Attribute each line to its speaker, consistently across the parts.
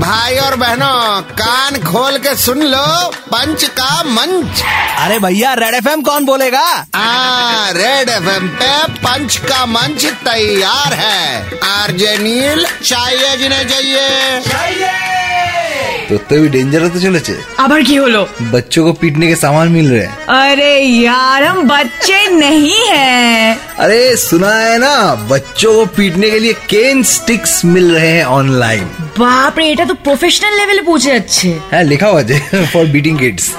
Speaker 1: भाई और बहनों कान खोल के सुन लो पंच का मंच
Speaker 2: अरे भैया रेड एफ कौन बोलेगा
Speaker 1: आ, रेड एफ पे पंच का मंच तैयार है आरजे नील चाहिए जिन्हें चाहिए
Speaker 3: তোরতে भी ডেঞ্জার হতে চলেছে
Speaker 4: আবার কি হলো
Speaker 3: बच्चों को पीटने के सामान मिल रहे हैं
Speaker 4: अरे यार हम बच्चे नहीं हैं
Speaker 3: अरे सुना है ना बच्चों को पीटने के लिए केन स्टिक्स मिल रहे हैं ऑनलाइन
Speaker 4: বাপ রে এটা তো প্রফেশনাল লেভেলে পৌঁছে যাচ্ছে
Speaker 3: है हाँ, लिखा हुआ जे फॉर बीटिंग किड्स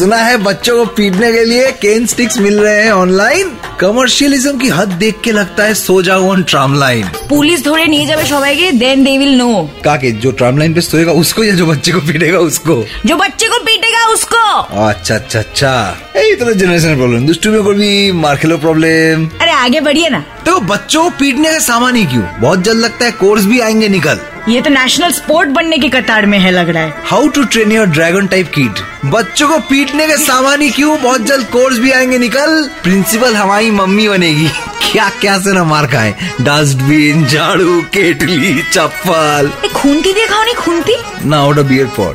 Speaker 3: सुना है बच्चों को पीटने के लिए केन स्टिक्स मिल रहे हैं ऑनलाइन कमर्शियलिज्म की हद देख के लगता है सो जाओ ऑन ट्राम लाइन
Speaker 4: পুলিশ ধরে নিয়ে যাবে সবাইকে देन दे विल नो
Speaker 3: काके जो ट्राम लाइन पे सोएगा उसको या जो बच्चे को पीटेगा उसको
Speaker 4: जो बच्चे को पीटेगा उसको
Speaker 3: अच्छा अच्छा अच्छा यही तो जनरेशन प्रॉब्लम दुष्टुमियों को भी मार खेलो प्रॉब्लम
Speaker 4: अरे आगे बढ़िए ना
Speaker 3: तो बच्चों को पीटने का सामान ही क्यों बहुत जल्द लगता है कोर्स भी आएंगे निकल
Speaker 4: ये तो नेशनल स्पोर्ट बनने की कतार में है लग रहा है
Speaker 3: how to train your dragon type kid बच्चों को पीटने का सामान ही क्यों बहुत जल्द कोर्स भी आएंगे निकल प्रिंसिपल हमारी मम्मी बनेगी क्या क्या से ना मार खाए डस्टबिन झाड़ू केटली चप्पल
Speaker 4: এ, খুন্তি দিয়ে খাওনি খুন্তি
Speaker 3: ना आउट ऑफ बियर पॉट